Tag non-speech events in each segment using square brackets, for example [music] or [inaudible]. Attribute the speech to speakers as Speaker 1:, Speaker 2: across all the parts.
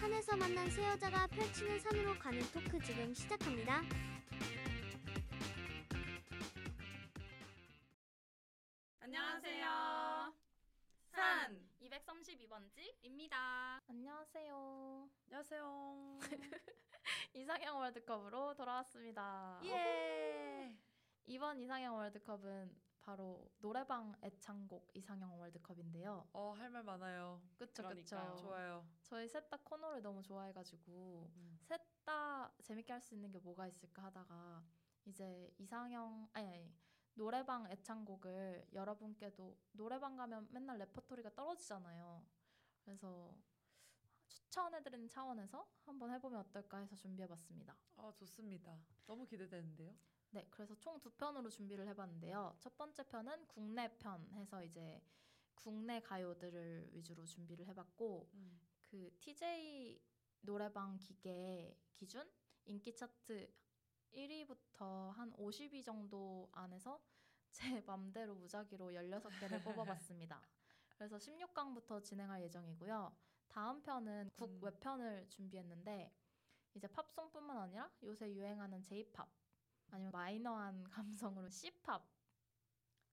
Speaker 1: 산에서 만난 세 여자가 펼치는 산으로 가는 토크 지금 시작합니다.
Speaker 2: 안녕하세요. 산.
Speaker 3: 232번지입니다.
Speaker 4: 안녕하세요. [laughs]
Speaker 2: 안녕하세요.
Speaker 4: 이상형 월드컵으로 돌아왔습니다.
Speaker 2: 예.
Speaker 4: 이번 이상형 월드컵은 바로 노래방 애창곡 이상형 월드컵인데요.
Speaker 2: 어, 할 말 많아요.
Speaker 4: 그쵸,
Speaker 3: 그러니까요.
Speaker 4: 그쵸.
Speaker 2: 좋아요.
Speaker 4: 저희 셋 다 코너를 너무 좋아해가지고, 셋 다 재밌게 할 수 있는 게 뭐가 있을까 하다가, 이제 이상형, 아니, 아니, 노래방 애창곡을 여러분께도, 노래방 가면 맨날 레퍼토리가 떨어지잖아요. 그래서 추천해드리는 차원에서 한번 해보면 어떨까 해서 준비해봤습니다.
Speaker 2: 아, 좋습니다. 너무 기대되는데요.
Speaker 4: 네, 그래서 총 두 편으로 준비를 해봤는데요. 첫 번째 편은 국내 편 해서 이제 국내 가요들을 위주로 준비를 해봤고 그 TJ 노래방 기계 기준 인기 차트 1위부터 한 50위 정도 안에서 [laughs] 제 맘대로 무작위로
Speaker 2: [laughs]
Speaker 4: 16개를 뽑아봤습니다. 그래서 16강부터 진행할 예정이고요. 다음 편은
Speaker 2: 음.
Speaker 4: 국외편을 준비했는데 이제 팝송뿐만 아니라 요새 유행하는 J-팝 아니면 마이너한 [laughs] 감성으로 C팝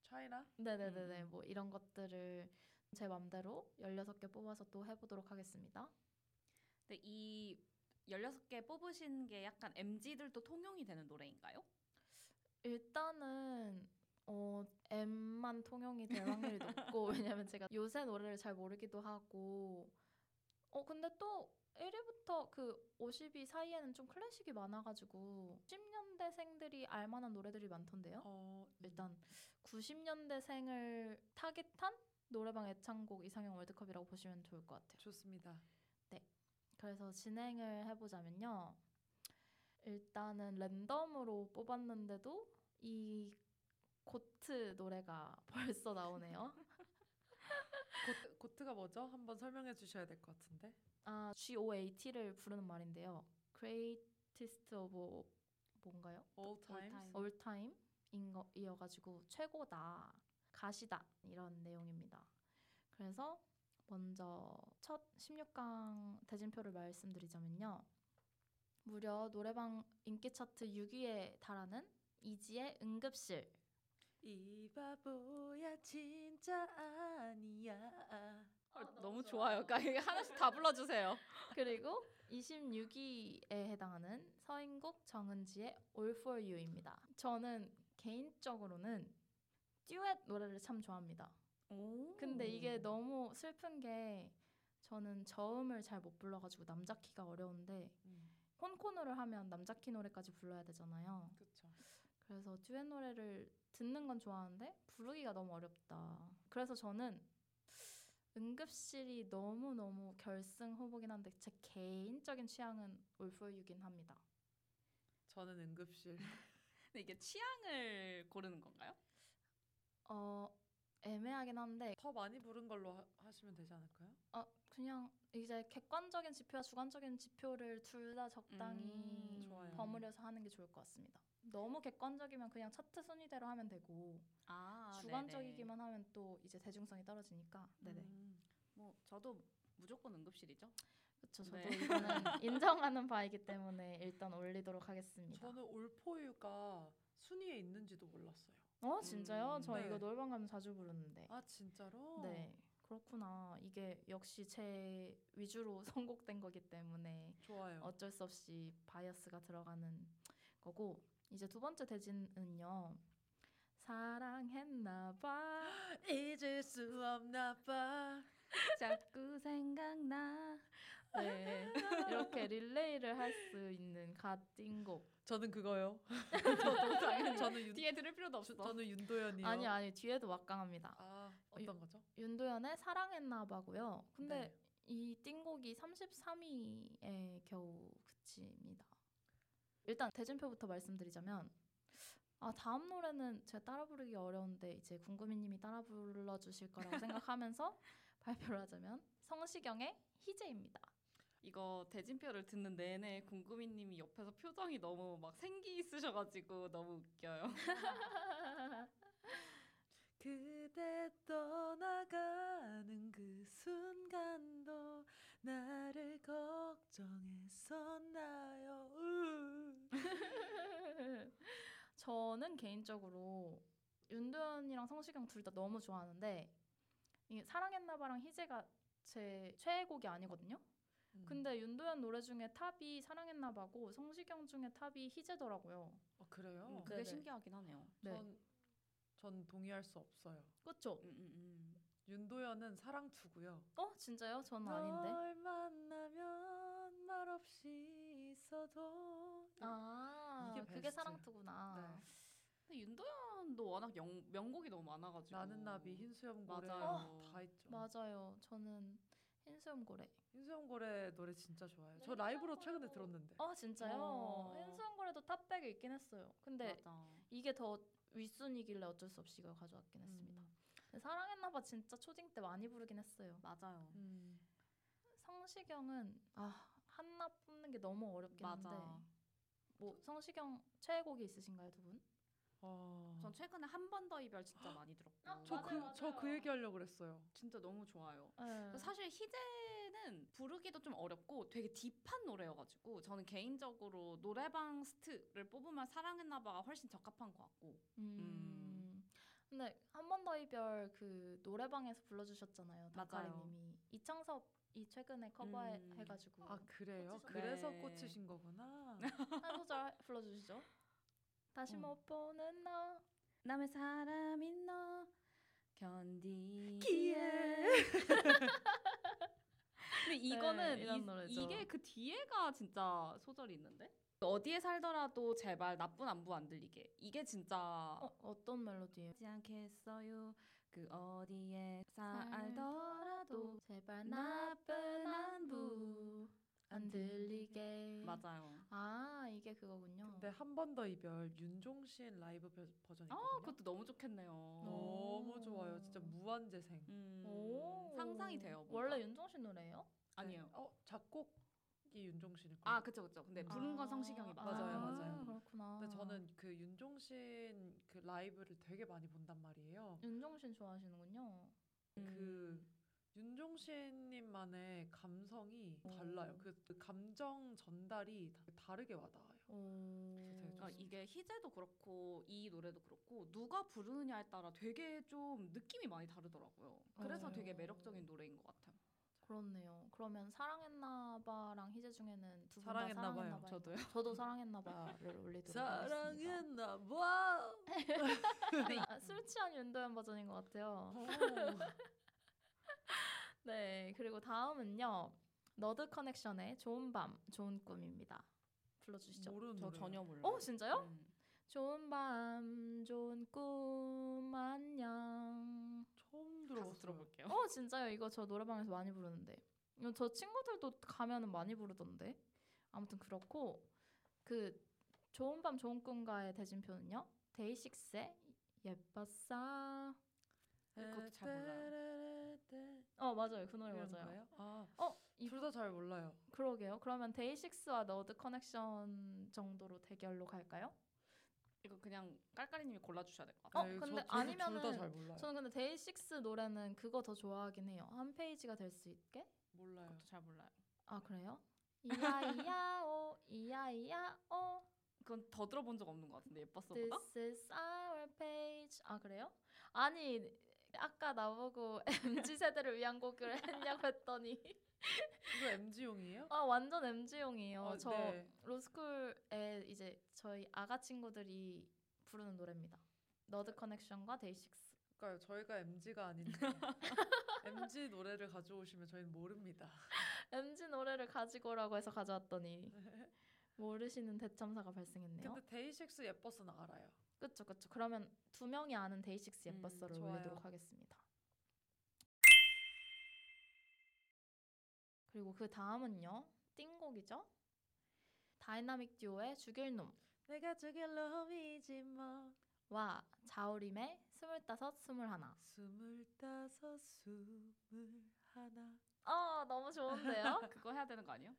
Speaker 2: 차이나?
Speaker 4: 네네네네
Speaker 2: 음.
Speaker 4: 뭐 이런 것들을 제 맘대로 16개 뽑아서 또 해보도록 하겠습니다.
Speaker 3: 근데 이 16개 뽑으신 게 약간 MZ들도 통용이 되는 노래인가요?
Speaker 4: 일단은 어 M만 통용이 될 확률이 높고 [laughs] 왜냐면 제가 요새 노래를 잘 모르기도 하고 어 근데 또 1위부터 그 50위 사이에는 좀 클래식이 많아가지고 10년대생들이 알만한 노래들이 많던데요.
Speaker 2: 어,
Speaker 4: 일단 90년대생을 타깃한 노래방 애창곡 이상형 월드컵이라고 보시면 좋을 것 같아요.
Speaker 2: 좋습니다.
Speaker 4: 그래서 진행을 해보자면요. 일단은 랜덤으로 뽑았는데도 이 고트 노래가 [laughs] 벌써 나오네요.
Speaker 2: 고트, 고트가 뭐죠? 한번 설명해 주셔야 될 것 같은데.
Speaker 4: 아, G.O.A.T를 부르는 말인데요. Greatest of 뭐, 뭔가요?
Speaker 2: All times. 어,
Speaker 4: All Time인 거 이어가지고 최고다, 가시다 이런 내용입니다. 그래서 먼저 첫 16강 대진표를 말씀드리자면요. 무려 노래방 인기 차트 6위에 달하는 이지의 응급실.
Speaker 2: 이 바보야 진짜 아니야.
Speaker 3: 너무 좋아요. 그러니까 하나씩 다 불러주세요.
Speaker 4: 그리고 26위에 해당하는 서인국 정은지의 All For You입니다. 저는 개인적으로는 듀엣 노래를 참 좋아합니다.
Speaker 3: [laughs] 오.
Speaker 4: 근데 이게 너무 슬픈 게 저는 저음을 잘 못 불러가지고 남자 키가 어려운데
Speaker 2: 음,
Speaker 4: 혼코노를 하면 남자 키 노래까지 불러야 되잖아요.
Speaker 2: 그렇죠.
Speaker 4: 그래서 듀엣 노래를 듣는 건 좋아하는데 부르기가 너무 어렵다. 그래서 저는 응급실이 너무 너무 결승 후보긴 한데 제 개인적인 취향은 올포유긴 합니다.
Speaker 2: 저는 응급실.
Speaker 3: 근데 이게 취향을 고르는 건가요?
Speaker 4: 어 애매하긴 한데
Speaker 2: 더 많이 부른 걸로 하, 하시면 되지 않을까요?
Speaker 4: 어 그냥 이제 객관적인 지표와 주관적인 지표를 둘 다 적당히
Speaker 3: 음,
Speaker 2: 좋아요.
Speaker 4: 버무려서 하는 게 좋을 것 같습니다. 너무 객관적이면 그냥 차트 순위대로 하면 되고
Speaker 3: 아,
Speaker 4: 주관적이기만 하면 또 이제 대중성이 떨어지니까. 네네.
Speaker 2: 음,
Speaker 3: 네네. 뭐 저도 무조건 응급실이죠.
Speaker 4: 그렇죠. 저도
Speaker 3: 네.
Speaker 2: [laughs]
Speaker 4: 이거는 인정하는 바이기 때문에 일단 올리도록 하겠습니다.
Speaker 2: 저는 올포유가 순위에 있는지도 몰랐어요.
Speaker 4: 어 진짜요?
Speaker 3: 음,
Speaker 4: 저
Speaker 2: 네.
Speaker 4: 이거 노래방 가면 자주 부르는데.
Speaker 2: 아 진짜로?
Speaker 4: 네. 그렇구나. 이게 역시 제 위주로 [laughs] 선곡된 거기 때문에
Speaker 2: 좋아요.
Speaker 4: 어쩔 수 없이 바이어스가 들어가는 거고 이제 두 번째 대진은요. 사랑했나 봐.
Speaker 2: 잊을 수 없나 봐.
Speaker 3: [laughs] 자꾸 생각나.
Speaker 4: 네. 이렇게 릴레이를 할 수 있는 갓띵곡.
Speaker 2: 저는 그거요. [laughs] 저도 당연히 저는 윤
Speaker 3: 뒤에 들을 필요도 없어.
Speaker 2: 저, 저는 윤도현이요.
Speaker 4: 뭐? 아니 아니 뒤에도 막강합니다.
Speaker 2: 아 어떤 거죠?
Speaker 4: 윤도현의 사랑했나 봐고요. 근데
Speaker 2: 네.
Speaker 4: 이 띵곡이 33위에 겨우 그칩니다. 일단 대진표부터 말씀드리자면 아 다음 노래는 제가 따라 부르기 어려운데 이제 궁금이님이 따라 불러주실 거라고 생각하면서 발표를 하자면 성시경의 희재입니다. [laughs]
Speaker 3: 이거 대진표를 듣는 내내 궁금이님이 옆에서 표정이 너무 막 생기 있으셔가지고 너무 웃겨요.
Speaker 2: 그대 떠나가는 그 순간도 나를 정했었나요? 음.
Speaker 4: 저는 개인적으로 윤도현이랑 성시경 둘 다 너무 좋아하는데 이게 사랑했나봐랑 희재가 제 최애곡이 아니거든요.
Speaker 2: 음.
Speaker 4: 근데 윤도현 노래 중에 탑이 사랑했나봐고 성시경 중에 탑이 희재더라고요.
Speaker 2: 어, 그래요?
Speaker 3: 음, 그게
Speaker 4: 네네.
Speaker 3: 신기하긴 하네요.
Speaker 4: 네.
Speaker 2: 전, 전 동의할 수 없어요.
Speaker 4: 그쵸?
Speaker 3: 음, 음, 음.
Speaker 2: 윤도현은 사랑 투고요.
Speaker 4: 어 진짜요? 전
Speaker 2: 뭐
Speaker 4: 아닌데.
Speaker 2: 널 만나면 말없이 있어도
Speaker 4: 아
Speaker 2: 이게 네.
Speaker 4: 그게
Speaker 2: 베스트.
Speaker 4: 사랑투구나.
Speaker 3: 근데 윤도현도 워낙 영, 명곡이 너무 많아가지고
Speaker 2: 나는 나비 흰수염 고래 뭐
Speaker 3: 맞아요.
Speaker 2: 다 있죠.
Speaker 4: 맞아요. 저는 흰수염 고래.
Speaker 2: 흰수염 고래 노래 진짜 좋아해요.
Speaker 4: 네,
Speaker 2: 저 라이브로
Speaker 4: 흰수염
Speaker 2: 최근에
Speaker 4: 고래도-
Speaker 2: 들었는데.
Speaker 4: 아 진짜요?
Speaker 3: 어.
Speaker 4: 흰수염 고래도 탑백에 있긴 했어요. 근데
Speaker 3: 맞아.
Speaker 4: 이게 더 윗순이길래 어쩔 수 없이 이걸 가져왔긴 했습니다.
Speaker 2: 음.
Speaker 4: 사랑했나봐 진짜 초딩 때 많이 부르긴 했어요.
Speaker 3: 맞아요.
Speaker 2: 음.
Speaker 4: 성시경은 아 한나 뽑는 게 너무 어렵긴
Speaker 3: 맞아.
Speaker 4: 한데 뭐 성시경 최애곡이 있으신가요 두 분?
Speaker 2: 어.
Speaker 3: 전 최근에 한 번 더 이별 진짜 많이 들었고
Speaker 4: 아,
Speaker 2: 저 그
Speaker 4: 맞아요,
Speaker 2: 저 그
Speaker 4: 맞아요.
Speaker 2: 얘기 하려고 그랬어요.
Speaker 3: 진짜 너무 좋아요.
Speaker 4: 네.
Speaker 3: 사실 희재는 부르기도 좀 어렵고 되게 딥한 노래여가지고 저는 개인적으로 노래방 스트를 뽑으면 사랑했나봐가 훨씬 적합한 것 같고
Speaker 4: 음. 근데 한 번 더 이별 그 노래방에서 불러주셨잖아요.
Speaker 3: 맞아요.
Speaker 4: 닭가리님이 이창섭이 최근에 음. 커버해가지고
Speaker 2: 아 그래요?
Speaker 4: 꽂히셨-
Speaker 2: 그래서
Speaker 3: 네.
Speaker 2: 꽂히신 거구나.
Speaker 3: [laughs]
Speaker 4: 한 소절 [laughs] 불러주시죠. 다시
Speaker 3: 음.
Speaker 4: 못 보는 너.
Speaker 3: 남의 사람인 너 견디기에
Speaker 2: 기에.
Speaker 3: 근데 이거는
Speaker 4: 네, 이런
Speaker 3: 이,
Speaker 4: 노래죠.
Speaker 3: 이게 그 뒤에가 진짜 소절이 있는데 어디에 살더라도 제발 나쁜 안부 안 들리게 이게 진짜
Speaker 4: 어, 어떤 멜로디예요?
Speaker 3: 하지 않겠어요 그 어디에
Speaker 4: 알더라도
Speaker 3: 살더라도
Speaker 4: 제발
Speaker 3: 나쁜
Speaker 4: 나쁜
Speaker 3: 안부
Speaker 4: 안부 안 들리게.
Speaker 3: 맞아요
Speaker 4: 아 이게
Speaker 3: 어.
Speaker 4: 그거군요.
Speaker 2: 근데 한 번 더 이별 윤종 씨의 라이브 버- 버전이거든요.
Speaker 3: 어 그것도 너무 좋겠네요
Speaker 2: 너무
Speaker 4: 오.
Speaker 2: 좋아요. 진짜 무한 재생.
Speaker 3: 음,
Speaker 4: 오.
Speaker 3: 상상이 돼요 뭔가.
Speaker 4: 원래 윤종신 노래예요?
Speaker 3: 아니에요
Speaker 2: 어 작곡이 윤종 씨일 거예요.
Speaker 3: 아 그쵸 그쵸 근데 부른 건
Speaker 4: 아,
Speaker 3: 성시경이 맞아요
Speaker 2: 맞아요,
Speaker 4: 아,
Speaker 2: 맞아요.
Speaker 4: 그렇구나.
Speaker 2: 근데 저는 그 윤종신 그 라이브를 되게 많이 본단 말이에요.
Speaker 4: 윤종신 좋아하시는군요.
Speaker 3: 음.
Speaker 2: 그 윤종신님만의 감성이
Speaker 4: 어.
Speaker 2: 달라요. 그, 그 감정 전달이 다- 다르게 와닿아요.
Speaker 4: 오.
Speaker 2: 되게
Speaker 3: 아, 이게 희재도 그렇고 이 노래도 그렇고 누가 부르느냐에 따라 되게 좀 느낌이 많이 다르더라고요 그래서
Speaker 4: 맞아요.
Speaker 3: 되게 매력적인 노래인 것 같아요
Speaker 4: 그렇네요. 그러면 사랑했나봐랑 희재 중에는 두 분 다
Speaker 2: 사랑했나봐요.
Speaker 4: 사랑했나봐요. 저도 사랑했나봐를 올리도록 하겠습니다.
Speaker 2: 사랑했나 봐. [laughs]
Speaker 4: 아, 술 취한 윤도현 버전인 것 같아요.
Speaker 2: 오.
Speaker 4: 네, 그리고 다음은요. 너드 커넥션의 좋은 밤, 좋은 꿈입니다. 불러주시죠.
Speaker 2: 모르는
Speaker 3: 저
Speaker 2: 노래.
Speaker 3: 전혀 몰라요
Speaker 4: 어, 진짜요?
Speaker 3: 음.
Speaker 4: 좋은 밤, 좋은 꿈, 안녕.
Speaker 2: 처음
Speaker 3: 가사
Speaker 2: 들어봤어요.
Speaker 3: 들어볼게요
Speaker 4: 어, 진짜요? 이거 저 노래방에서 많이 부르는데. 이거 저 친구들도 가면은 많이 부르던데. 아무튼 그렇고 그 좋은 밤 좋은 꿈과의 대진표는요. 데이식스의 예뻤어.
Speaker 3: 이것도 잘
Speaker 2: 네, 몰라요.
Speaker 4: 어, 맞아요. 그 노래 맞아요.
Speaker 2: 네, 아,
Speaker 4: 어, 이-
Speaker 2: 둘 다 잘 몰라요.
Speaker 4: 그러게요. 그러면 데이식스와 너드 커넥션 정도로 대결로 갈까요?
Speaker 3: [laughs] 이거 그냥 깔깔이님이 골라주셔야 될 것
Speaker 4: 어,
Speaker 3: 같아요.
Speaker 2: 네,
Speaker 4: 근데
Speaker 2: 저, 저는
Speaker 4: 아니면은
Speaker 2: 둘다잘 몰라요.
Speaker 4: 저는 근데 데이식스 노래는 그거 더 좋아하긴 해요. 한 페이지가 될 수 있게?
Speaker 2: 몰라요.
Speaker 3: 어, 그것도 잘 몰라요.
Speaker 4: 아, 그래요? 이야이야오, 이야이야오.
Speaker 3: 그건 더 들어본 적 없는 것 같은데 예뻤어보다.
Speaker 4: This is our page. 아 그래요? 아니 아까 나보고 [laughs] mz 세대를 위한 곡을 [laughs] 했냐고 했더니
Speaker 2: 이거 MG용이에요?
Speaker 4: 아 완전 mz용이에요.
Speaker 3: 아,
Speaker 4: 어, 저
Speaker 2: 네.
Speaker 4: 로스쿨에 이제 저희 아가 친구들이 부르는 노래입니다. 너드 커넥션과 데이식스.
Speaker 2: 그러니까 저희가 MG가 아닌데 MG 노래를 가져오시면 저희는 모릅니다.
Speaker 4: mz 노래를 가지고 오라고 해서
Speaker 3: [laughs]
Speaker 4: 가져왔더니 모르시는 대참사가 발생했네요.
Speaker 2: 근데 데이식스 예뻐서는 알아요.
Speaker 4: 그쵸 그쵸. 그러면 두 명이 아는 데이식스
Speaker 3: 음,
Speaker 4: 예뻤어를
Speaker 2: 좋아요.
Speaker 4: 올리도록 하겠습니다. 그리고 그 다음은요. 띵곡이죠. 다이나믹 듀오의 죽일
Speaker 2: 내가 죽일 놈이지 뭐.
Speaker 4: 놈와 자우림의 스물다섯 스물하나.
Speaker 2: 스물다섯 스물 하나.
Speaker 4: 아 너무
Speaker 2: [laughs]
Speaker 4: 좋은데요?
Speaker 3: 그거 해야 되는 거 아니에요?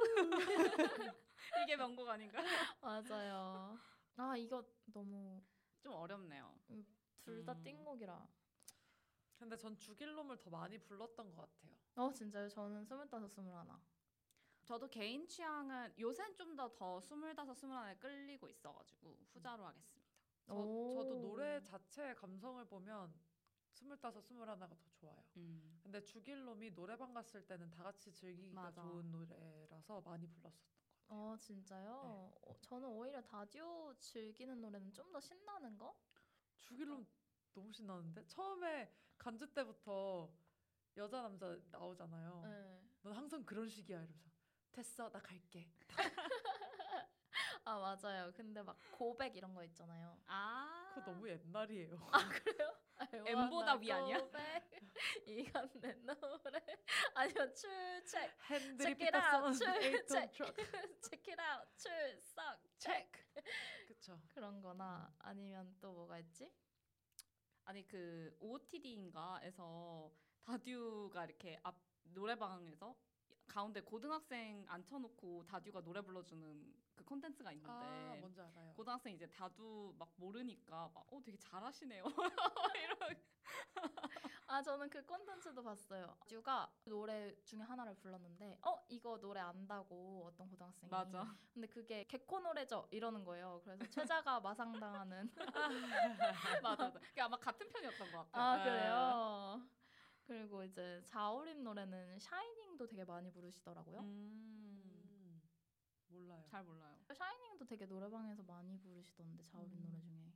Speaker 3: [laughs] 이게 명곡 아닌가? [laughs]
Speaker 4: 맞아요. 아 이거 너무
Speaker 3: 좀 어렵네요.
Speaker 4: 둘 다
Speaker 3: 음.
Speaker 4: 띵곡이라
Speaker 2: 근데 전 죽일 놈을 더 많이 불렀던 것 같아요.
Speaker 4: 어 진짜요? 저는 스물다섯 스물하나.
Speaker 3: 저도 개인 취향은 요새는 좀 더 더 스물다섯 스물하나에 끌리고 있어가지고 후자로 하겠습니다.
Speaker 2: 저,
Speaker 4: 오.
Speaker 2: 저도 노래 자체의 감성을 보면 스물다섯 스물하나가 더 좋아요.
Speaker 3: 음.
Speaker 2: 근데 죽일 놈이 노래방 갔을 때는 다 같이 즐기기가
Speaker 3: 맞아.
Speaker 2: 좋은 노래라서 많이 불렀었던 것 같아요. 네.
Speaker 4: 어 진짜요? 어, 저는 오히려 다디오 즐기는 노래는 좀 더 신나는 거?
Speaker 2: 죽일 놈 너무 신나는데 처음에 간주 때부터 여자 남자 나오잖아요.
Speaker 4: 네.
Speaker 2: 넌 항상 그런 식이야 이러면서 됐어 나 갈게.
Speaker 4: 아 맞아요. 근데 막 고백 이런 거
Speaker 2: [laughs]
Speaker 4: 있잖아요. 뭐
Speaker 3: 아.
Speaker 2: 그거 너무 옛날이에요.
Speaker 3: [laughs] M보다 위 아니야?
Speaker 4: [laughs] 이건 내 노래 [laughs] 아니면 출첵
Speaker 2: 핸들이
Speaker 4: Check it
Speaker 2: 삐딱선
Speaker 4: out, check,
Speaker 2: [laughs]
Speaker 3: 네.
Speaker 2: 에이톤
Speaker 4: check.
Speaker 2: 트럭.
Speaker 4: [laughs] check it out 출석
Speaker 2: 체크. 그쵸.
Speaker 4: 그런 거나 아니면 또 뭐가 있지?
Speaker 3: 아니 그 OOTD인가에서 다듀가 이렇게 앞 노래방에서 가운데 고등학생 앉혀놓고 다듀가 노래 불러주는 그 콘텐츠가 있는데
Speaker 2: 아 뭔지 알아요.
Speaker 3: 고등학생 이제 다듀 막 모르니까 막어 되게 [laughs] 잘하시네요 이런
Speaker 4: 아 저는 그 콘텐츠도 봤어요. 듀가 노래 중에 하나를 불렀는데 어 이거 노래 안다고 어떤 고등학생이
Speaker 3: 맞아 [laughs]
Speaker 4: 근데 그게 개코 노래죠 이러는 거예요. 그래서 최자가
Speaker 3: [laughs]
Speaker 4: 마상당하는
Speaker 3: 맞아 맞아 그게 아마 같은 편이었던 것 같아요
Speaker 4: 아 그래요. 그리고 이제 자우림 노래는 샤이닝도 되게 많이 부르시더라고요.
Speaker 3: 음,
Speaker 2: 음, 몰라요.
Speaker 3: 잘 몰라요
Speaker 4: 샤이닝도 되게 노래방에서 많이 부르시던데 자우림
Speaker 2: 음.
Speaker 4: 노래 중에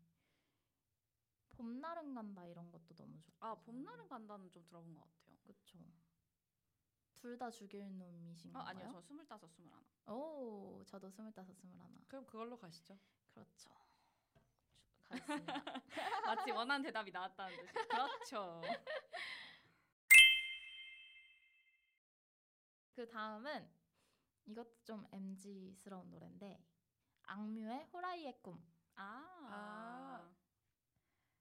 Speaker 4: 봄날은 간다 이런 것도 너무 좋고
Speaker 3: 아 봄날은 간다는 좀 들어본 것 같아요
Speaker 4: 그쵸 둘 다 죽일 놈이신가요?
Speaker 3: 아 아니요 저 스물다섯 스물하나
Speaker 4: 오 저도 스물다섯 스물하나
Speaker 2: 그럼 그걸로 가시죠.
Speaker 4: 그렇죠
Speaker 3: [laughs]
Speaker 4: 가겠습니다
Speaker 3: 마치 원하는 대답이 나왔다는 듯이 그렇죠
Speaker 4: 그 다음은 이것도 좀 MG스러운 노래인데 악뮤의 호라이의 꿈
Speaker 3: 아.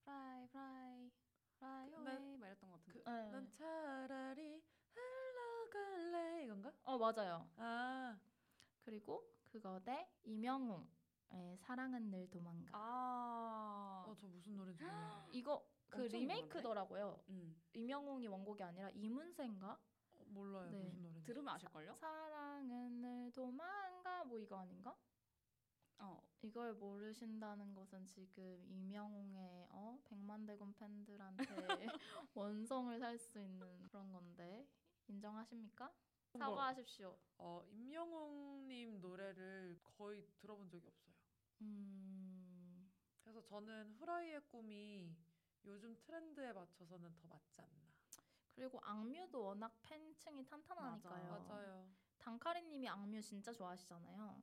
Speaker 3: 프라이 프라이 프라이
Speaker 2: 그, 나-
Speaker 3: 어웨이 네. 막 이랬던 것
Speaker 4: 예.
Speaker 3: 같은데.
Speaker 2: 그- 난 차라리 흘러갈래 이건가?
Speaker 4: 어 맞아요
Speaker 2: 아
Speaker 4: 그리고 그거 대 이명웅의 사랑은 늘 도망가
Speaker 3: 아.
Speaker 2: 어 저 무슨 노래인지
Speaker 3: [gasps]
Speaker 2: 몰라요.
Speaker 4: 이거 그
Speaker 3: 엄청
Speaker 4: 리메이크더라고요
Speaker 3: 음.
Speaker 4: 이명웅이 원곡이 아니라 이문세인가
Speaker 2: 어, 몰라요
Speaker 4: 네.
Speaker 2: 무슨 노래인지.
Speaker 3: 들으면 아실 걸요?
Speaker 4: 사랑은 늘 도망가 뭐 이거 아닌가?
Speaker 3: 어.
Speaker 4: 이걸 모르신다는 것은 지금 이명웅의 어 백만대군 팬들한테 [laughs] 원성을 살 수 있는 그런 건데 인정하십니까?
Speaker 2: 어머.
Speaker 4: 사과하십시오.
Speaker 2: 어 임영웅님 노래를 거의 들어본 적이 없어요.
Speaker 4: 음
Speaker 2: 그래서 저는 후라이의 꿈이 요즘 트렌드에 맞춰서는 더 맞지 않나.
Speaker 4: 그리고 악뮤도 워낙 팬층이 탄탄하니까요.
Speaker 2: 맞아요.
Speaker 4: 단카리님이 악뮤 진짜 좋아하시잖아요.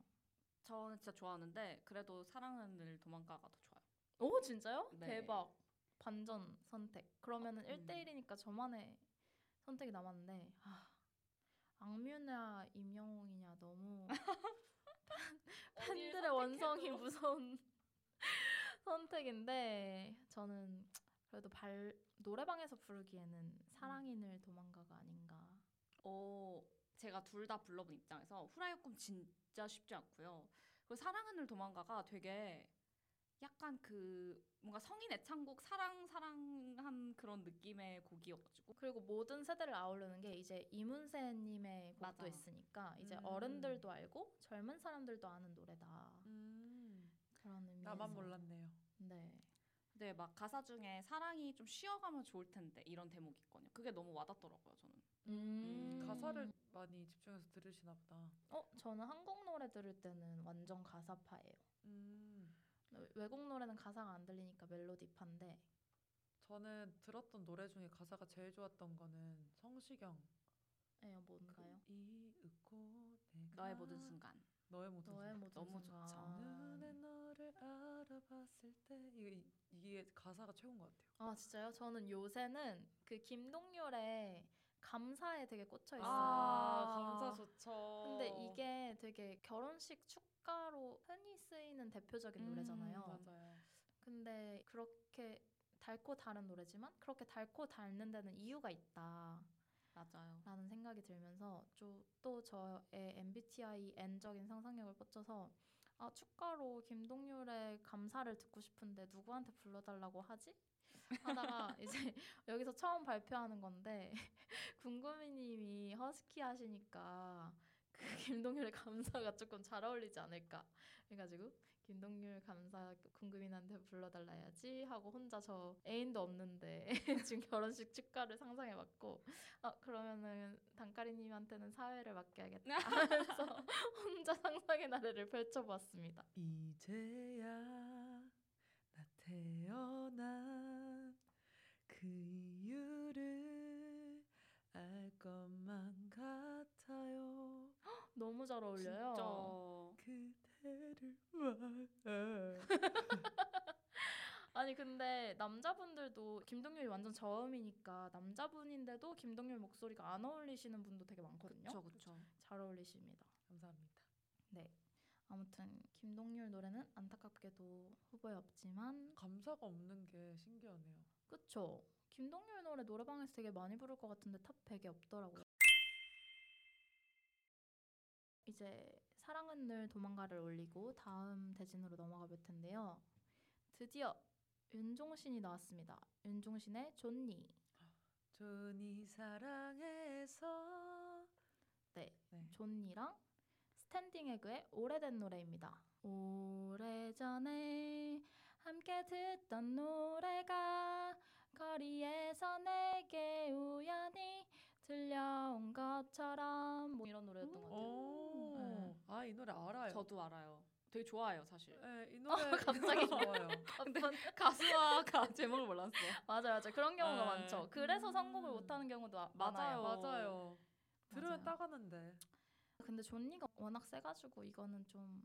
Speaker 3: 저는 진짜 좋아하는데 그래도 사랑은 늘 도망가가 더 좋아요.
Speaker 4: 오 진짜요?
Speaker 3: 네.
Speaker 4: 대박 반전 선택 그러면은
Speaker 3: 음.
Speaker 4: 1대1이니까 저만의 선택이 남았는데 아, 악뮤냐 임영웅이냐 [laughs] 너무 팬들의 원성이 무서운 [laughs] 선택인데 저는 그래도 발 노래방에서 부르기에는 사랑인을 도망가가 아닌가
Speaker 3: 어, 제가 둘 다 불러본 입장에서 후라이 꿈 진짜 쉽지 않고요. 그리고 사랑은 늘 도망가가 되게 약간 그 뭔가 성인 애창곡 사랑 사랑한 그런 느낌의 곡이어가지고
Speaker 4: 그리고 모든 세대를 아우르는 게 이제 이문세님의 곡도
Speaker 3: 맞아.
Speaker 4: 있으니까 이제
Speaker 2: 음.
Speaker 4: 어른들도 알고 젊은 사람들도 아는 노래다
Speaker 2: 음
Speaker 4: 그런 의미에서
Speaker 2: 나만 몰랐네요.
Speaker 4: 네.
Speaker 3: 네, 막 가사 중에 사랑이 좀 쉬어가면 좋을 텐데 이런 대목이 있거든요. 그게 너무 와닿더라고요, 저는. 음.
Speaker 2: 가사를 많이 집중해서 들으시나 보다.
Speaker 4: 어 저는 한국 노래 들을 때는 완전 가사파예요.
Speaker 2: 음
Speaker 4: 외- 외국 노래는 가사가 안 들리니까 멜로디파인데
Speaker 2: 저는 들었던 노래 중에 가사가 제일 좋았던 거는 성시경
Speaker 4: 에요 네, 뭔가요?
Speaker 2: 이윽고 내가
Speaker 3: 너의 모든 순간.
Speaker 2: 너의 모든
Speaker 4: 그 너의
Speaker 2: 순간.
Speaker 4: 모든
Speaker 3: 너무
Speaker 4: 순간.
Speaker 3: 좋죠.
Speaker 2: 눈에 너를 알아봤을 때 이게 이게 가사가 최고인 것 같아요.
Speaker 4: 아 진짜요? 저는 요새는 그 김동률의 감사에 되게 꽂혀 있어요.
Speaker 2: 아, 감사 좋죠.
Speaker 4: 근데 이게 되게 결혼식 축가로 흔히 쓰이는 대표적인
Speaker 2: 음,
Speaker 4: 노래잖아요.
Speaker 2: 맞아요.
Speaker 4: 근데 그렇게 달고 다른 노래지만 그렇게 달고 닳는 데는 이유가 있다.
Speaker 3: 맞아요.
Speaker 4: 라는 생각이 들면서 좀 또 저의 MBTI N적인 상상력을 뻗쳐서 아, 축가로 김동률의 감사를 듣고 싶은데 누구한테 불러달라고 하지? 하다가
Speaker 3: [laughs]
Speaker 4: 이제 여기서 처음 발표하는 건데 [laughs] 궁금이님이 허스키 하시니까 그 김동률의 감사가 조금 잘 어울리지 않을까 해가지고 김동률 감사 궁금이한테 불러달라야지 하고 혼자 저 애인도 없는데 [laughs] 지금 결혼식 축가를 상상해봤고 아 그러면은 단까리님한테는 사회를 [laughs] 맡겨야겠다 하면서 혼자 상상의 나래를 펼쳐보았습니다.
Speaker 2: 이제야 나 태어난 그 이유를 알 것만 같아요.
Speaker 4: 너무 잘 어울려요.
Speaker 3: 진짜.
Speaker 2: 그대를 와.
Speaker 4: 아니 근데 남자분들도 김동률이 완전 저음이니까 남자분인데도 김동률 목소리가 안 어울리시는 분도 되게 많거든요.
Speaker 3: 그쵸 그쵸.
Speaker 4: 잘 어울리십니다.
Speaker 2: 감사합니다.
Speaker 4: 네. 아무튼 김동률 노래는 안타깝게도 후보에 없지만
Speaker 2: 감사가 없는 게 신기하네요.
Speaker 4: 그쵸. 김동률 노래 노래방에서 되게 많이 부를 것 같은데 탑 100에 없더라고요. 이제 사랑은 늘 도망가를 올리고 다음 대진으로 넘어가 볼 텐데요. 드디어 윤종신이 나왔습니다. 윤종신의 존니.
Speaker 2: 존이 사랑해서
Speaker 4: 네.
Speaker 2: 네.
Speaker 4: 존니랑 스탠딩 에그의 오래된 노래입니다. 오래전에 함께 듣던 노래가 거리에서 내게 우연히 들려온 것처럼 뭐 이런 노래였던 것 같아요.
Speaker 2: 오,
Speaker 4: 네.
Speaker 2: 아 이 노래 알아요.
Speaker 3: 저도 알아요. 되게 좋아요 사실.
Speaker 2: 네, 이
Speaker 4: [laughs]
Speaker 2: 노래
Speaker 4: 아, 갑자기.
Speaker 2: 이 노래 좋아요.
Speaker 3: 근데 [laughs] 가수와 가 제목을 몰랐어.
Speaker 4: 맞아요, 맞아요. 그런 경우가
Speaker 3: 네.
Speaker 4: 많죠. 그래서
Speaker 2: 음.
Speaker 4: 선곡을 못하는 경우도 아- 많아요.
Speaker 3: 맞아요.
Speaker 2: 맞아요. 들으면
Speaker 4: 맞아요.
Speaker 2: 따가는데.
Speaker 4: 근데 존니가 워낙 세가지고 이거는 좀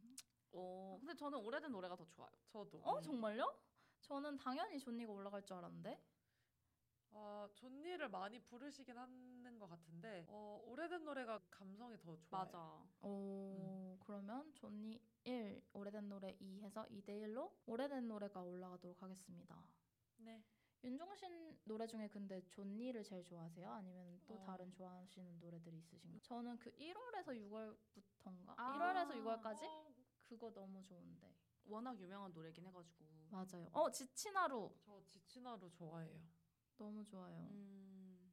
Speaker 3: 어 근데 저는 오래된 노래가 더 좋아요.
Speaker 2: 저도.
Speaker 4: 어 정말요? 저는 당연히 존니가 올라갈 줄 알았는데
Speaker 2: 아, 존니를 많이 부르시긴 하는 것 같은데 어, 오래된 노래가 감성이 더 좋아요.
Speaker 3: 맞아. 음.
Speaker 4: 오, 그러면 존니 1, 오래된 노래 2 해서 2대1로 오래된 노래가 올라가도록 하겠습니다.
Speaker 2: 네.
Speaker 4: 윤종신 노래 중에 근데 존니를 제일 좋아하세요? 아니면 또
Speaker 2: 어.
Speaker 4: 다른 좋아하시는 노래들이 있으신가요? 저는 그 1월에서 6월부터인가?
Speaker 3: 아.
Speaker 4: 1월에서 6월까지?
Speaker 2: 어,
Speaker 4: 그거 너무 좋은데.
Speaker 3: 워낙 유명한 노래긴 해가지고.
Speaker 4: 맞아요. 어, 지친 하루!
Speaker 2: 저 지친 하루 좋아해요.
Speaker 4: 너무 좋아요.
Speaker 3: 음.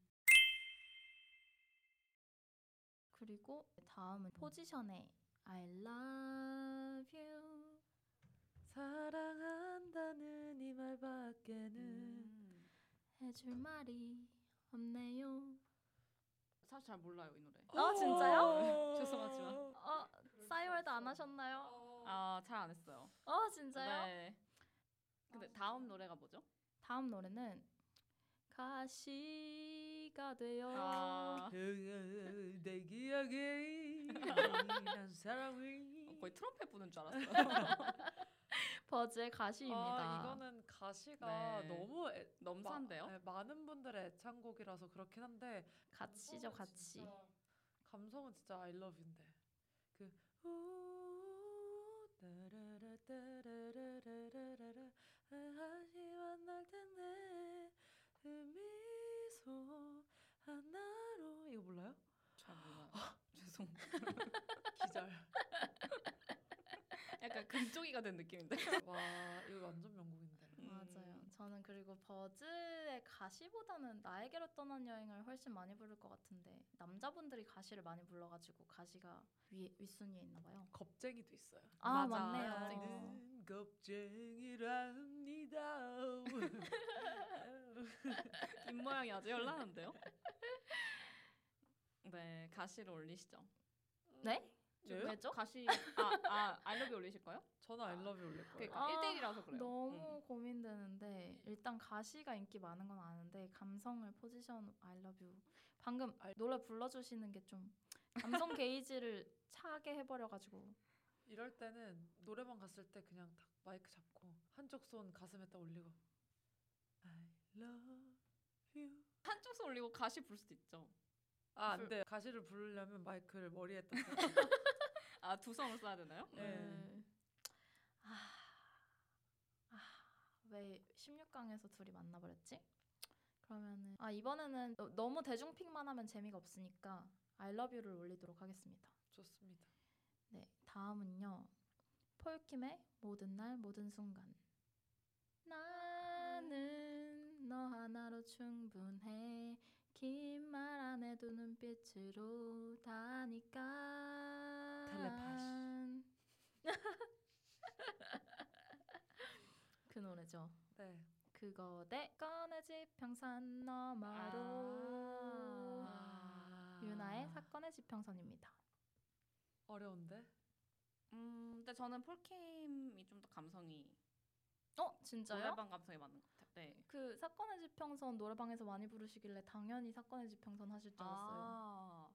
Speaker 4: 그리고 다음은 포지션의 I love you.
Speaker 2: 사랑한다는 이
Speaker 4: 네.
Speaker 2: 말밖에는
Speaker 3: 음.
Speaker 4: 해줄 말이 없네요.
Speaker 3: 사실 잘 몰라요 이 노래.
Speaker 2: 어!
Speaker 4: 아,
Speaker 2: [laughs]
Speaker 4: 진짜요?
Speaker 3: 죄송하지만.
Speaker 4: 어, 싸이월드 안 하셨나요?
Speaker 2: 아,
Speaker 3: 아 잘 안 했어요.
Speaker 4: 어, 진짜요? 아,
Speaker 3: 네. 근데 다음 노래가 뭐죠?
Speaker 4: 다음 노래는 가시가 되어
Speaker 3: 아
Speaker 2: 내 [laughs] 기억에 난
Speaker 4: 어,
Speaker 2: 사랑이
Speaker 3: 어, 거의 트럼펫 부는 줄 [laughs] 알았어요.
Speaker 4: 버즈의 가시입니다.
Speaker 2: 아, 이거는 가시가
Speaker 3: 네.
Speaker 2: 너무 애, 마-
Speaker 3: 넘산데요?
Speaker 2: 네, 많은 분들의 애창곡이라서 그렇긴 한데
Speaker 4: 같이죠,
Speaker 2: 감성은
Speaker 4: 같이.
Speaker 2: 진짜- 감성은 진짜 I love인데 그 우- 따라라 따라라라라라 다시 만날 텐데 그 미소 하나로 이거 몰라요?
Speaker 3: 아, 잘 몰라요. 죄송.
Speaker 2: 기절 [laughs]
Speaker 3: 약간 금쪽이가 된 [laughs] 느낌인데.
Speaker 2: 와 이거 완전 명곡인데
Speaker 4: 맞아요. 저는 그리고 버즈의 가시보다는 나에게로 떠난 여행을 훨씬 많이 부를 것 같은데 남자분들이 가시를 많이 불러가지고 가시가 위, 윗순위에 있나 봐요.
Speaker 2: 겁쟁이도 있어요
Speaker 4: 아
Speaker 3: 맞아.
Speaker 4: 맞네요.
Speaker 2: 나는
Speaker 3: 겁쟁이.
Speaker 2: 겁쟁이랍니다 음.
Speaker 3: 입 모양이 아주 현란한데요? 네, 가시를 올리시죠.
Speaker 4: 네?
Speaker 2: 왜요?
Speaker 4: 왜죠?
Speaker 3: 가시 아, 아, 알러뷰 올리실 거예요?
Speaker 2: 저는 I love you 올릴 거예요
Speaker 3: 그러니까
Speaker 4: 아,
Speaker 3: 1대1이라서 그래요.
Speaker 4: 너무
Speaker 3: 음.
Speaker 4: 고민되는데 일단 가시가 인기 많은 건 아는데 감성을 포지션 I love you 방금 노래 불러주시는 게 좀
Speaker 3: [laughs]
Speaker 4: 감성 게이지를 차게 해버려가지고
Speaker 2: 이럴 때는 노래방 갔을 때 그냥 딱 마이크 잡고 한쪽 손 가슴에 딱 올리고 I love you
Speaker 3: 한쪽서 올리고 가시 부를 수도 있죠.
Speaker 2: 아
Speaker 3: 불-
Speaker 2: 안돼 가시를 부르려면 마이크를 머리에 딱 대고.
Speaker 3: 아, 두 성을 써야 되나요?
Speaker 2: 네.
Speaker 4: 음. 아, 아, 왜 16강에서 둘이 만나버렸지? 그러면은 아 이번에는 너- 너무 대중픽만 하면 재미가 없으니까 I love you를 올리도록 하겠습니다.
Speaker 2: 좋습니다
Speaker 4: 네, 다음은요. 폴킴의 모든 날 모든 순간. 나는 눈빛으로 다니까
Speaker 2: 텔레파시.
Speaker 4: [laughs] 그 노래죠.
Speaker 2: 네.
Speaker 4: 그거 내 꺼내지 평산 너머로
Speaker 2: 아.
Speaker 4: 유나의 사건의 지평선입니다.
Speaker 2: 어려운데?
Speaker 3: 음, 근데 저는 폴킴이 좀 더 감성이
Speaker 4: 어 진짜요?
Speaker 3: 노래방 감성이 맞는 것 같아요. 네.
Speaker 4: 그 사건의 지평선 노래방에서 많이 부르시길래 당연히 사건의 지평선 하실 줄 알았어요.
Speaker 3: 아,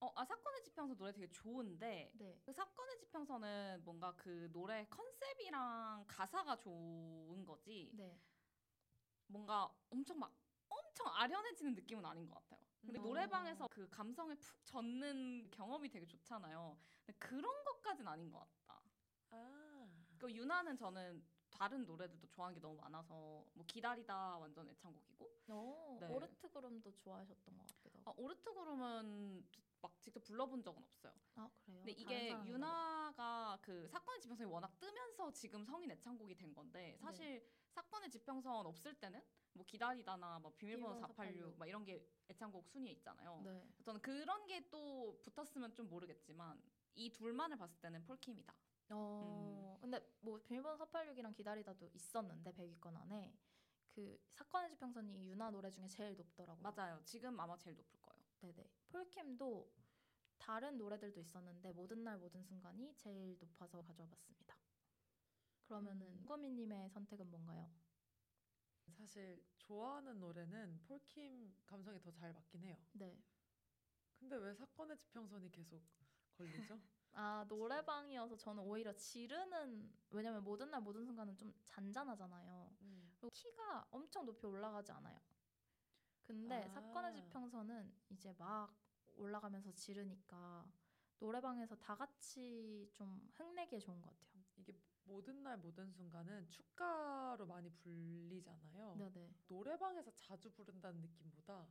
Speaker 3: 어, 아 사건의 지평선 노래 되게 좋은데
Speaker 4: 네.
Speaker 3: 그 사건의 지평선은 뭔가 그 노래 컨셉이랑 가사가 좋은 거지
Speaker 4: 네.
Speaker 3: 뭔가 엄청 막 엄청 아련해지는 느낌은 아닌 것 같아요. 근데
Speaker 4: 음.
Speaker 3: 노래방에서 그 감성에 푹 젖는 경험이 되게 좋잖아요. 근데 그런 것까진 아닌 것 같다.
Speaker 2: 아.
Speaker 3: 그 유나는 저는 다른 노래들도 좋아하는 게 너무 많아서 뭐 기다리다 완전 애창곡이고
Speaker 4: 오,
Speaker 3: 네.
Speaker 4: 오르트 그룹도 좋아하셨던 것 같기도 하고.
Speaker 3: 아, 오르트 그룹은 막 직접 불러본 적은 없어요.
Speaker 4: 아 그래요?
Speaker 3: 근데
Speaker 4: 다른
Speaker 3: 이게
Speaker 4: 사람인가 보다.
Speaker 3: 유나가 그 사건의 지평선이 워낙 뜨면서 지금 성인 애창곡이 된
Speaker 4: 네.
Speaker 3: 건데 사실 사건의 지평선 없을 때는 뭐 기다리다나 뭐 비밀번호
Speaker 4: 비밀번호
Speaker 3: 486, 막 이런 게 애창곡 순위에 있잖아요.
Speaker 4: 네.
Speaker 3: 저는 그런 게 또 붙었으면 좀 모르겠지만 이 둘만을 봤을 때는 폴킴이다.
Speaker 4: 어,
Speaker 3: 음.
Speaker 4: 근데 뭐 비밀번호 486이랑 기다리다도 있었는데 100위권 안에 그 사건의 지평선이 유나 노래 중에 제일 높더라고요.
Speaker 3: 맞아요. 지금 아마 제일 높을 거예요.
Speaker 4: 네네. 폴킴도 다른 노래들도 있었는데 모든 날 모든 순간이 제일 높아서 가져와봤습니다. 그러면은
Speaker 2: 음.
Speaker 4: 꾸미님의 선택은 뭔가요?
Speaker 2: 사실 좋아하는 노래는 폴킴 감성이 더 잘 맞긴 해요.
Speaker 4: 네.
Speaker 2: 근데 왜 사건의 지평선이 계속 걸리죠?
Speaker 4: 아 노래방이어서 저는 오히려 지르는 왜냐면 모든 날 모든 순간은 좀 잔잔하잖아요.
Speaker 2: 음.
Speaker 4: 그리고 키가 엄청 높이 올라가지 않아요. 근데
Speaker 2: 아.
Speaker 4: 사건의 지평선은 이제 막 올라가면서 지르니까 노래방에서 다 같이 좀 흥내기에 좋은 것 같아요.
Speaker 2: 이게 모든 날 모든 순간은 축가로 많이 불리잖아요.
Speaker 4: 네네.
Speaker 2: 노래방에서 자주 부른다는 느낌보다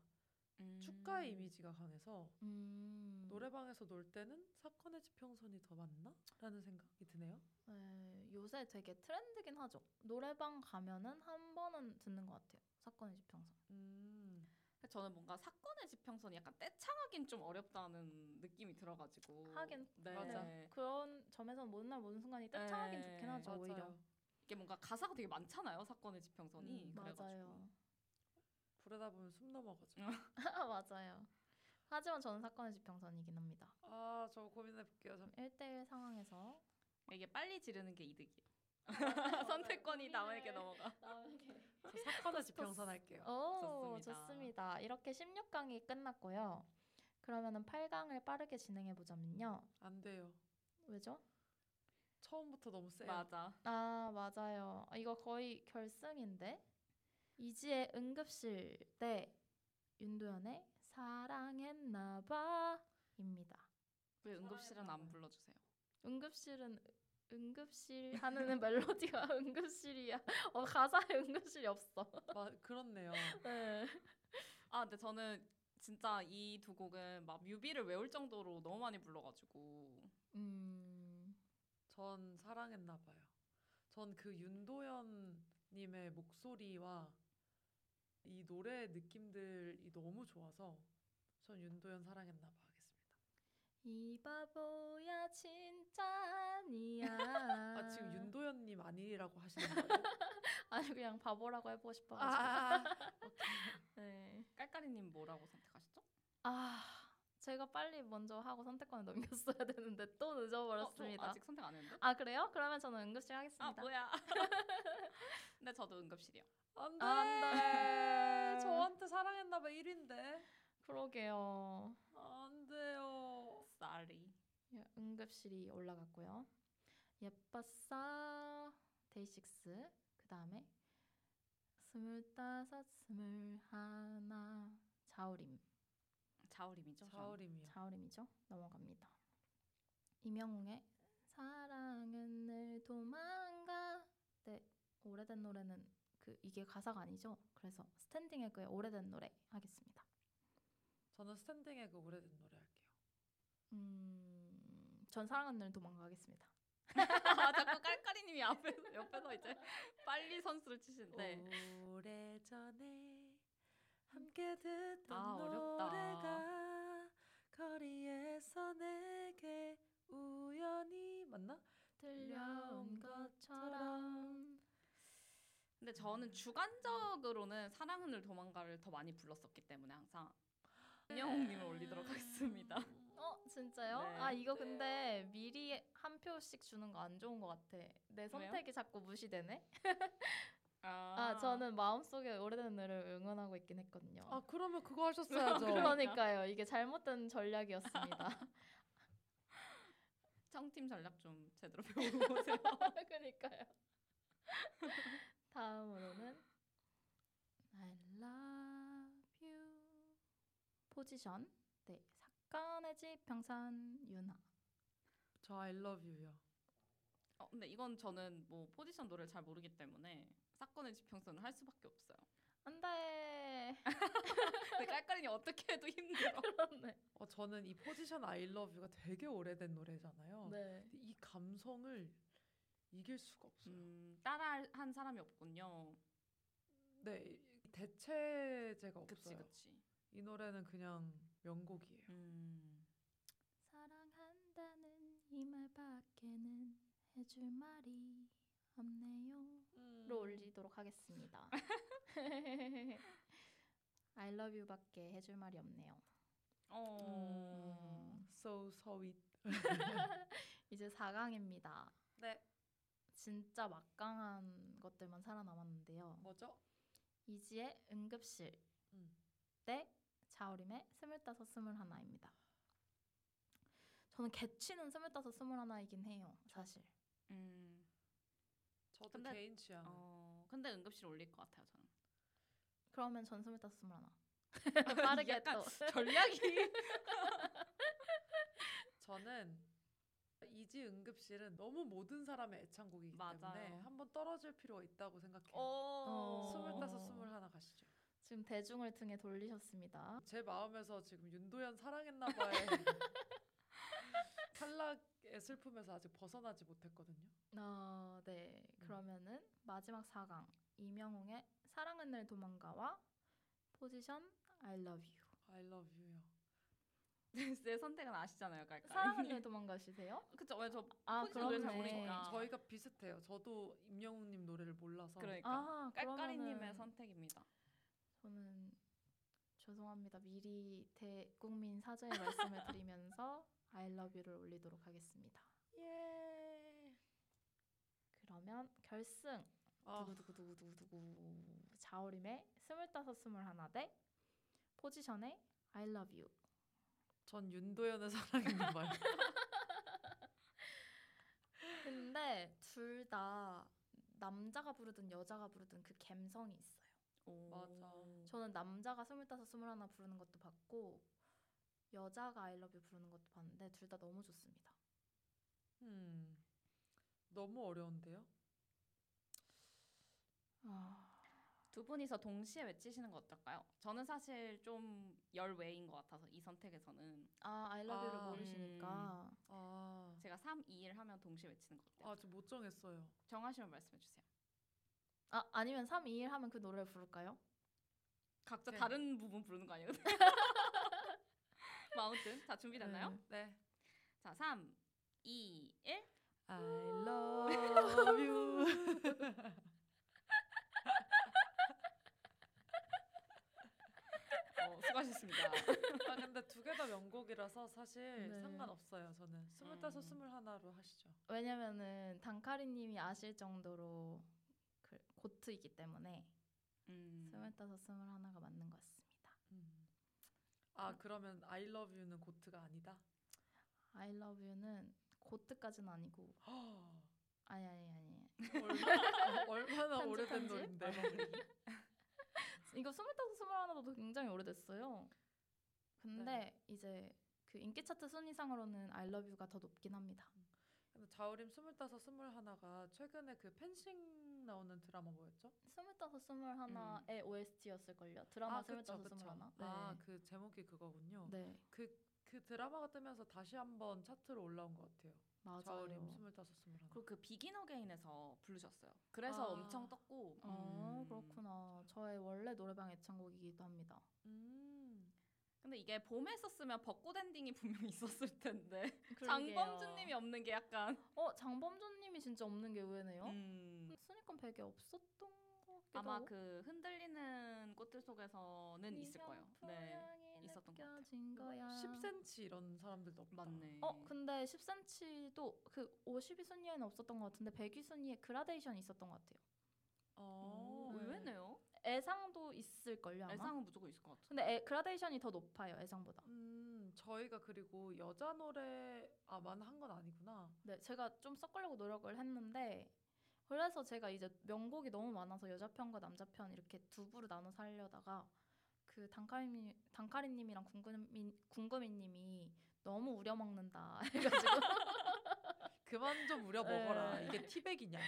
Speaker 2: 축가의 이미지가 강해서
Speaker 4: 음.
Speaker 2: 노래방에서 놀 때는 사건의 지평선이 더 맞나? 라는 생각이 드네요.
Speaker 4: 네, 요새 되게 트렌드긴 하죠. 노래방 가면은 한 번은 듣는 것 같아요. 사건의 지평선.
Speaker 2: 음.
Speaker 3: 그러니까 저는 뭔가 사건의 지평선이 약간 떼창하긴 좀 어렵다는 느낌이 들어가지고
Speaker 4: 하긴
Speaker 3: 네.
Speaker 2: 맞아.
Speaker 4: 그런 점에서 모든 날 모든 순간이 떼창하긴
Speaker 3: 네,
Speaker 4: 좋긴 하죠. 오히려.
Speaker 2: 맞아요.
Speaker 3: 이게 뭔가 가사가 되게 많잖아요. 사건의 지평선이
Speaker 2: 음,
Speaker 3: 그래가지고
Speaker 4: 맞아요.
Speaker 2: 부르다 보면 숨 넘어가죠.
Speaker 4: 음. 맞아요. [laughs] 하지만 저는 사건의 지평선이긴 합니다.
Speaker 2: 아, 저 고민해 볼게요. 잠
Speaker 4: 1대1 상황에서
Speaker 3: 그러니까 이게 빨리 지르는 게 이득이에요. [laughs] 선택권이 남에게 넘어가.
Speaker 2: 저 사건의 지평선 할게요.
Speaker 4: 오,
Speaker 3: 좋습니다.
Speaker 4: 좋습니다. 이렇게 16강이 끝났고요. 그러면은 8강을 빠르게 진행해 보자면요.
Speaker 2: 안 돼요.
Speaker 4: 왜죠?
Speaker 2: 처음부터 너무 세요.
Speaker 3: 맞아.
Speaker 4: 아, 맞아요. 아, 이거 거의 결승인데. 이지의 응급실 때 윤도현의 사랑했나 봐입니다.
Speaker 3: 왜 응급실은 안 불러주세요?
Speaker 4: 응급실은 응급실 하는 [laughs] 멜로디가 응급실이야. 어, 가사에 응급실이 없어.
Speaker 2: 마- 그렇네요.
Speaker 4: 네.
Speaker 3: 아 근데 저는 진짜 이 두 곡은 막 뮤비를 외울 정도로 너무 많이 불러가지고
Speaker 4: 음.
Speaker 2: 전 사랑했나 봐요. 전 그 윤도현 님의 목소리와 이 노래의 느낌들이 너무 좋아서 전 윤도현 사랑했나 봐 하겠습니다.
Speaker 4: 이 바보야 진짜 아니야.
Speaker 2: 아, 지금 윤도현 님 아니라고 하시는 거예요?
Speaker 4: 아니 그냥 바보라고 해보고 싶어가지고.
Speaker 2: 아,
Speaker 4: 네.
Speaker 3: 깔깔이님 뭐라고 선택하셨죠? 어,
Speaker 4: 아 제가 빨리 먼저 하고 선택권을 넘겼어야 되는데 또 늦어버렸습니다.
Speaker 3: 어, 저 아직 선택 안 했는데?
Speaker 4: 아 그래요? 그러면 저는 응급실 하겠습니다.
Speaker 3: 아 뭐야? 근데 저도 응급실이요.
Speaker 2: 안 돼.
Speaker 4: 안 돼.
Speaker 2: 저한테 사랑했나 봐 1인데.
Speaker 4: 네, 그러게요.
Speaker 2: 안 돼요.
Speaker 3: Sorry.
Speaker 4: 예, 응급실이 올라갔고요. 예뻤어 데이식스 그 다음에 스물다섯 스물하나 자우림
Speaker 3: 자우림이죠. 저는.
Speaker 4: 예.
Speaker 2: 자우림이요.
Speaker 4: 자우림이죠 넘어갑니다. 임영웅의 사랑은 늘 도망가 네 오래된 노래는 그 이게 가사가 아니죠. 그래서 스탠딩 에그의 오래된 노래 하겠습니다.
Speaker 2: 저는 스탠딩의 그 오래된 노래 할게요.
Speaker 4: 음, 전 사랑은 늘 도망가겠습니다.
Speaker 3: [laughs] 아 자꾸 깔깔이님이 앞에
Speaker 2: 어.
Speaker 3: 네. 옆에서 이제 빨리 선수를 치시는데
Speaker 2: 오래전에 함께 함께 듣던
Speaker 3: 아, 어렵다.
Speaker 2: 노래가 거리에서 내게 우연히 맞나?
Speaker 4: 들려온 것처럼
Speaker 3: 근데
Speaker 2: 음.
Speaker 3: 저는 주관적으로는 사랑하늘 도망가를 더 많이 불렀었기 때문에 항상
Speaker 2: 네.
Speaker 3: 안녕님을 올리도록 하겠습니다.
Speaker 2: 음.
Speaker 4: 어 진짜요?
Speaker 3: 네.
Speaker 4: 아 이거 근데 미리 한 표씩 주는 거 안 좋은 것 같아. 내 선택이 자꾸 무시되네. 아 저는 마음속에 오래된 너를 응원하고 있긴 했거든요.
Speaker 2: 아 그러면 그거
Speaker 3: [laughs]
Speaker 2: 하셨어야죠.
Speaker 4: 그러니까요. 이게 잘못된 [laughs] 전략이었습니다.
Speaker 3: 청팀 전략 좀 제대로 배우고 오세요. [laughs]
Speaker 4: 아, 그러니까요. [laughs] 다음으로는 I love you 포지션 네 사건의 집 병산 유나
Speaker 2: 저 I love you요.
Speaker 3: 어, 근데 이건 저는 뭐 포지션 노래를 잘 모르기 때문에 사건의 지평선을 할 수밖에 없어요.
Speaker 4: 안돼
Speaker 2: [laughs]
Speaker 3: 근데 깔깔이니 어떻게 해도 힘들어.
Speaker 2: 어, 저는 이 포지션 I love you가 되게 오래된 노래잖아요.
Speaker 4: 네
Speaker 2: 근데 이 감성을 이길 수가 없어요.
Speaker 3: 음, 따라한 사람이 없군요.
Speaker 2: 네, 이- 대체제가
Speaker 3: 그치
Speaker 2: 없어요.
Speaker 3: 그치.
Speaker 2: 이 노래는 그냥 명곡이에요.
Speaker 3: 음.
Speaker 4: 사랑한다는 이 말밖에는 해줄 말이 없네요.
Speaker 3: 음.
Speaker 4: 로 올리도록 하겠습니다. [laughs] I love you밖에 해줄 말이 없네요.
Speaker 2: 음.
Speaker 3: 어.
Speaker 2: So sweet.
Speaker 4: 이제 4강입니다.
Speaker 2: 네.
Speaker 4: 진짜 막강한 것들만 살아남았는데요.
Speaker 2: 뭐죠?
Speaker 4: 이지의 응급실
Speaker 2: 음.
Speaker 4: 때 자우림의 스물다섯 스물하나입니다. 저는 개취는 스물다섯 스물하나이긴 해요. 사실.
Speaker 3: 음.
Speaker 2: 저도
Speaker 3: 근데-
Speaker 2: 개인 취향.
Speaker 3: 어. 근데 응급실 올릴 것 같아요 저는.
Speaker 4: 그러면 전 스물다섯 스물하나. [laughs] 빠르게
Speaker 3: [laughs] 약간
Speaker 4: 또.
Speaker 3: 전략이.
Speaker 2: 저는 이지 응급실은 너무 모든 사람의 애창곡이기 때문에
Speaker 3: 맞아요.
Speaker 2: 한번 떨어질 필요가 있다고 생각해요.
Speaker 3: 어.
Speaker 2: 스물다섯, 스물하나 가시죠.
Speaker 4: 지금 대중을 등에 돌리셨습니다.
Speaker 2: 제 마음에서 지금 윤도현
Speaker 3: [laughs]
Speaker 2: 사랑했나봐의 탈락의 슬픔에서 아직 벗어나지 못했거든요.
Speaker 4: 어, 네.
Speaker 3: 음.
Speaker 4: 그러면은 마지막 4강 이명웅의 사랑은 늘 도망가와 포지션 I love you.
Speaker 2: I love you요.
Speaker 3: 내 선택은 아시잖아요 깔깔.
Speaker 4: 사랑은 늘 도망가시세요?
Speaker 3: 그쵸 왜저
Speaker 4: 아,
Speaker 3: 포지션 노래 잘
Speaker 4: 그렇네.
Speaker 3: 모르니까.
Speaker 4: 아.
Speaker 2: 저희가 비슷해요. 저도 임영웅님 노래를 몰라서
Speaker 3: 그러니까
Speaker 4: 아,
Speaker 3: 깔깔이님의
Speaker 4: 그러면은
Speaker 3: 선택입니다.
Speaker 4: 저는 죄송합니다. 미리 대국민 사죄의 말씀을 드리면서 I love you를 올리도록 하겠습니다.
Speaker 2: 예.
Speaker 4: 그러면 결승
Speaker 2: 아,
Speaker 4: 두구두구두구두구두구 자오림의 스물다섯 스물하나 대 포지션의 I love you
Speaker 2: 전 윤도현의
Speaker 3: [laughs]
Speaker 2: 사랑했나봐요.
Speaker 4: 근데 둘 다 남자가 부르든 여자가 부르든 그 감성이 있어요.
Speaker 3: 오.
Speaker 2: 맞아.
Speaker 4: 저는 남자가 스물다섯 스물하나 부르는 것도 봤고 여자가 I love you 부르는 것도 봤는데 둘 다 너무 좋습니다.
Speaker 2: 음, 너무 어려운데요?
Speaker 4: 아.
Speaker 3: 두 분이서 동시에 외치시는 거 어떨까요? 저는 사실 좀 열외인 것 같아서 이 선택에서는
Speaker 4: 아 I love you를
Speaker 2: 아,
Speaker 4: 모르시니까
Speaker 2: 아,
Speaker 3: 제가 3, 2, 1 하면 동시에 외치는 것 같아요.
Speaker 2: 아, 저 못 정했어요.
Speaker 3: 정하시면 말씀해 주세요.
Speaker 4: 아 아니면 3, 2, 1 하면 그 노래를 부를까요?
Speaker 3: 각자
Speaker 2: 네.
Speaker 3: 다른 부분 부르는
Speaker 2: [laughs]
Speaker 3: 거 아니에요? 뭐 아무튼 다 준비됐나요?
Speaker 2: 네.
Speaker 3: 자, 3, 2, 1.
Speaker 2: I love you.
Speaker 3: 어,
Speaker 2: [laughs]
Speaker 3: 수고하셨습니다.
Speaker 2: 아, 근데 두 개 다 명곡이라서 사실
Speaker 4: 네.
Speaker 2: 상관없어요. 저는 스물다섯,
Speaker 3: 음.
Speaker 2: 스물하나로 하시죠.
Speaker 4: 왜냐면은 단카리님이 아실 정도로 그 고트이기 때문에
Speaker 3: 음.
Speaker 4: 스물다섯 스물하나가 맞는 것 같습니다.
Speaker 2: 음.
Speaker 4: 음.
Speaker 2: 아, 그러면 I love you는 고트가 아니다?
Speaker 4: I love you는 고트까지는 아니고
Speaker 2: 허,
Speaker 4: 아니 아니 아니
Speaker 2: 얼마, 얼마나 오래된
Speaker 4: 편집, 아, 네.
Speaker 2: 노래인데.
Speaker 4: 이거 스물다섯 스물하나도 굉장히 오래됐어요. 근데
Speaker 2: 네.
Speaker 4: 이제 그 인기 차트 순위상으로는 I Love You가 더 높긴 합니다.
Speaker 2: 근데 자우림 스물다섯, 스물하나가 최근에 그 펜싱 나오는 드라마 뭐였죠?
Speaker 4: 스물다섯 스물하나의 OST였을걸요.
Speaker 2: 음.
Speaker 4: 드라마
Speaker 2: 아, 그쵸,
Speaker 4: 스물다섯
Speaker 2: 그쵸.
Speaker 4: 스물하나.
Speaker 2: 아, 그 제목이 그거군요.
Speaker 4: 네.
Speaker 2: 그 그 드라마가 뜨면서 다시 한번 차트로 올라온 것 같아요. 자우림
Speaker 4: 맞아요.
Speaker 2: 25, 21.
Speaker 3: 그리고 그 비긴 어게인에서 부르셨어요. 그래서
Speaker 2: 아.
Speaker 3: 엄청 떴고
Speaker 4: 어
Speaker 2: 음.
Speaker 4: 그렇구나. 저의 원래 노래방 애창곡이기도 합니다.
Speaker 2: 음.
Speaker 3: 근데 이게 봄에 썼으면 벚꽃 엔딩이 분명히 [laughs] 있었을 텐데 장범준님이
Speaker 4: 장범준님이
Speaker 3: 없는 게 약간
Speaker 4: 어 장범준님이 진짜 없는 게 의외네요.
Speaker 3: 음,
Speaker 4: 순위권 100에 없었던 것 같기도
Speaker 3: 아마
Speaker 4: 하고.
Speaker 3: 그 흔들리는 꽃들 속에서는 있을 거예요. 네,
Speaker 4: 네,
Speaker 3: 있었던 것
Speaker 4: 느껴진 거야.
Speaker 2: 10cm 이런 사람들도 없다.
Speaker 3: 맞네.
Speaker 4: 어 근데 10cm도 그 52 순위에는 없었던 것 같은데 102 순위에 그라데이션이 있었던 것 같아요.
Speaker 2: 어,
Speaker 3: 오, 음,
Speaker 4: 음.
Speaker 3: 의외네요.
Speaker 4: 애상도 있을 걸요 아마.
Speaker 3: 애상은 무조건 있을 것 같아.
Speaker 4: 네. 근데 애, 그라데이션이 더 높아요 애상보다.
Speaker 2: 음, 저희가 그리고 여자 노래아만 한 건 아니구나.
Speaker 4: 네 제가 좀 섞으려고 노력을 했는데 그래서 제가 이제 명곡이 너무 많아서 여자 편과 남자 편 이렇게 두 부로 나눠서 하려다가 그 단카리님 단카리님이랑 궁금이 궁금이님이 너무 우려 먹는다 [laughs] 해가지고
Speaker 2: 그만 좀 우려 먹어라.
Speaker 4: 네.
Speaker 2: 이게 티백이냐.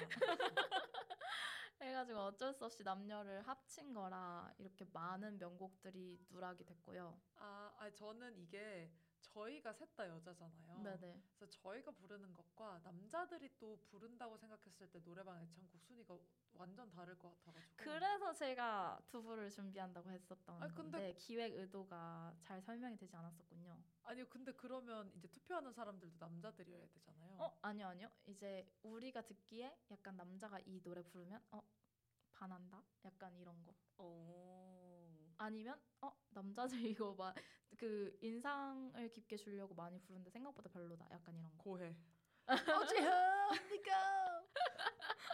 Speaker 4: 해가지고 어쩔 수 없이 남녀를 합친 거라 이렇게 많은 명곡들이 누락이 됐고요.
Speaker 2: 아, 아, 저는 이게 저희가 셋 다 여자잖아요.
Speaker 4: 네네.
Speaker 2: 그래서 저희가 부르는 것과 남자들이 또 부른다고 생각했을 때 노래방 애창곡 순위가 완전 다를 것 같아가지고.
Speaker 4: 그래서 제가 두 부를 준비한다고 했었던
Speaker 2: 아니, 근데-
Speaker 4: 건데 기획 의도가 잘 설명이 되지 않았었군요.
Speaker 2: 아니요, 근데 그러면 이제 투표하는 사람들도 남자들이어야 되잖아요.
Speaker 4: 어 아니요 아니요 이제 우리가 듣기에 약간 남자가 이 노래 부르면 어 반한다 약간 이런 거
Speaker 3: 오.
Speaker 4: 아니면 어 남자들 이거 막 그 인상을 깊게 주려고 많이 부르는데 생각보다 별로다 약간 이런 거
Speaker 2: 고해.
Speaker 4: 어지합니까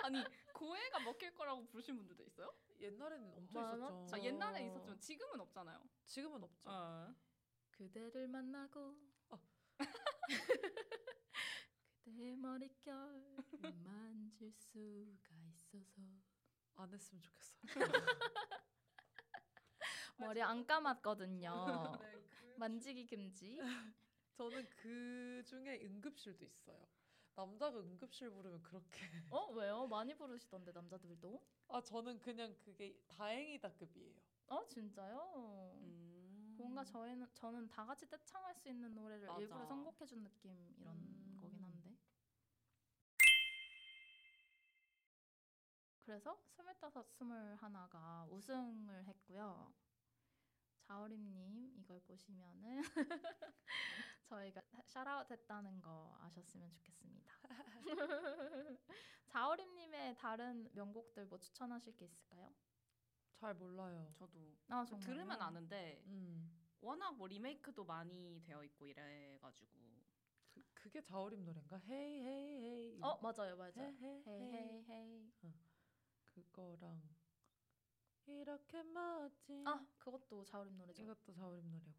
Speaker 3: 아니 고해가 먹힐 거라고 부르신 분들도 있어요?
Speaker 2: 옛날에는 엄청
Speaker 4: 많았죠.
Speaker 2: 있었죠.
Speaker 3: 아,
Speaker 4: 어.
Speaker 3: 옛날에 있었지만 지금은 없잖아요.
Speaker 2: 지금은 없죠.
Speaker 3: 어.
Speaker 4: 그대를 만나고
Speaker 2: 어.
Speaker 4: [laughs] 그대 머릿결
Speaker 2: [laughs]
Speaker 4: 만질 수가 있어서
Speaker 2: 아, 안 했으면 좋겠어.
Speaker 4: 머리 안 감았거든요
Speaker 2: [laughs] 네, 그-
Speaker 4: 만지기 금지
Speaker 2: 저는 그 중에 응급실도 있어요. 남자가 응급실 부르면 그렇게. [laughs]
Speaker 4: 어 왜요 많이 부르시던데 남자들도
Speaker 2: 아, 저는 그냥 그게 다행이다급이에요.
Speaker 4: 어 진짜요
Speaker 3: 음.
Speaker 4: 뭔가 저희는 저는 다 같이 떼창할 수 있는 노래를
Speaker 3: 맞아.
Speaker 4: 일부러 선곡해준 느낌 이런
Speaker 2: 음.
Speaker 4: 거긴 한데. 그래서 스물다섯 스물하나가 우승을 했고요. 자우림님 이걸 보시면은 [laughs] 저희가 샤라웃했다는 거 아셨으면 좋겠습니다. [laughs] 자우림님의 다른 명곡들 뭐 추천하실 게 있을까요?
Speaker 2: 잘 몰라요.
Speaker 3: 저도
Speaker 4: 아 정말요?
Speaker 3: 들으면 아는데
Speaker 2: 음.
Speaker 3: 워낙 뭐 리메이크도 많이 되어 있고 이래가지고
Speaker 2: 그, 그게 자우림 노래인가? 헤이 헤이 헤이.
Speaker 4: 어 맞아요 맞아요.
Speaker 2: 헤이
Speaker 4: 헤이 헤이 헤이.
Speaker 2: 그거랑 이렇게 멋진
Speaker 4: 아 그것도 자우림 노래죠.
Speaker 2: 음. 이것도 자우림 노래고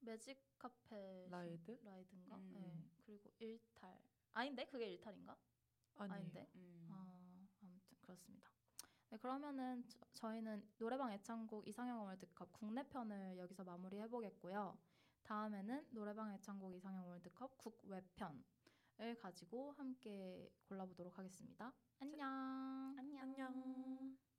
Speaker 4: 매직 카페
Speaker 2: 라이드?
Speaker 4: 라이드인가?
Speaker 3: 음.
Speaker 4: 네. 그리고 일탈 아닌데 그게 일탈인가?
Speaker 2: 아니에요.
Speaker 4: 아닌데.
Speaker 3: 음.
Speaker 4: 아 아무튼 그렇습니다. 네 그러면은 저, 희는 노래방 애창곡 이상형 월드컵 국내 편을 여기서 마무리해 보겠고요. 다음에는 노래방 애창곡 이상형 월드컵 국외 편을 가지고 함께 골라보도록 하겠습니다. 안녕.
Speaker 3: 안녕.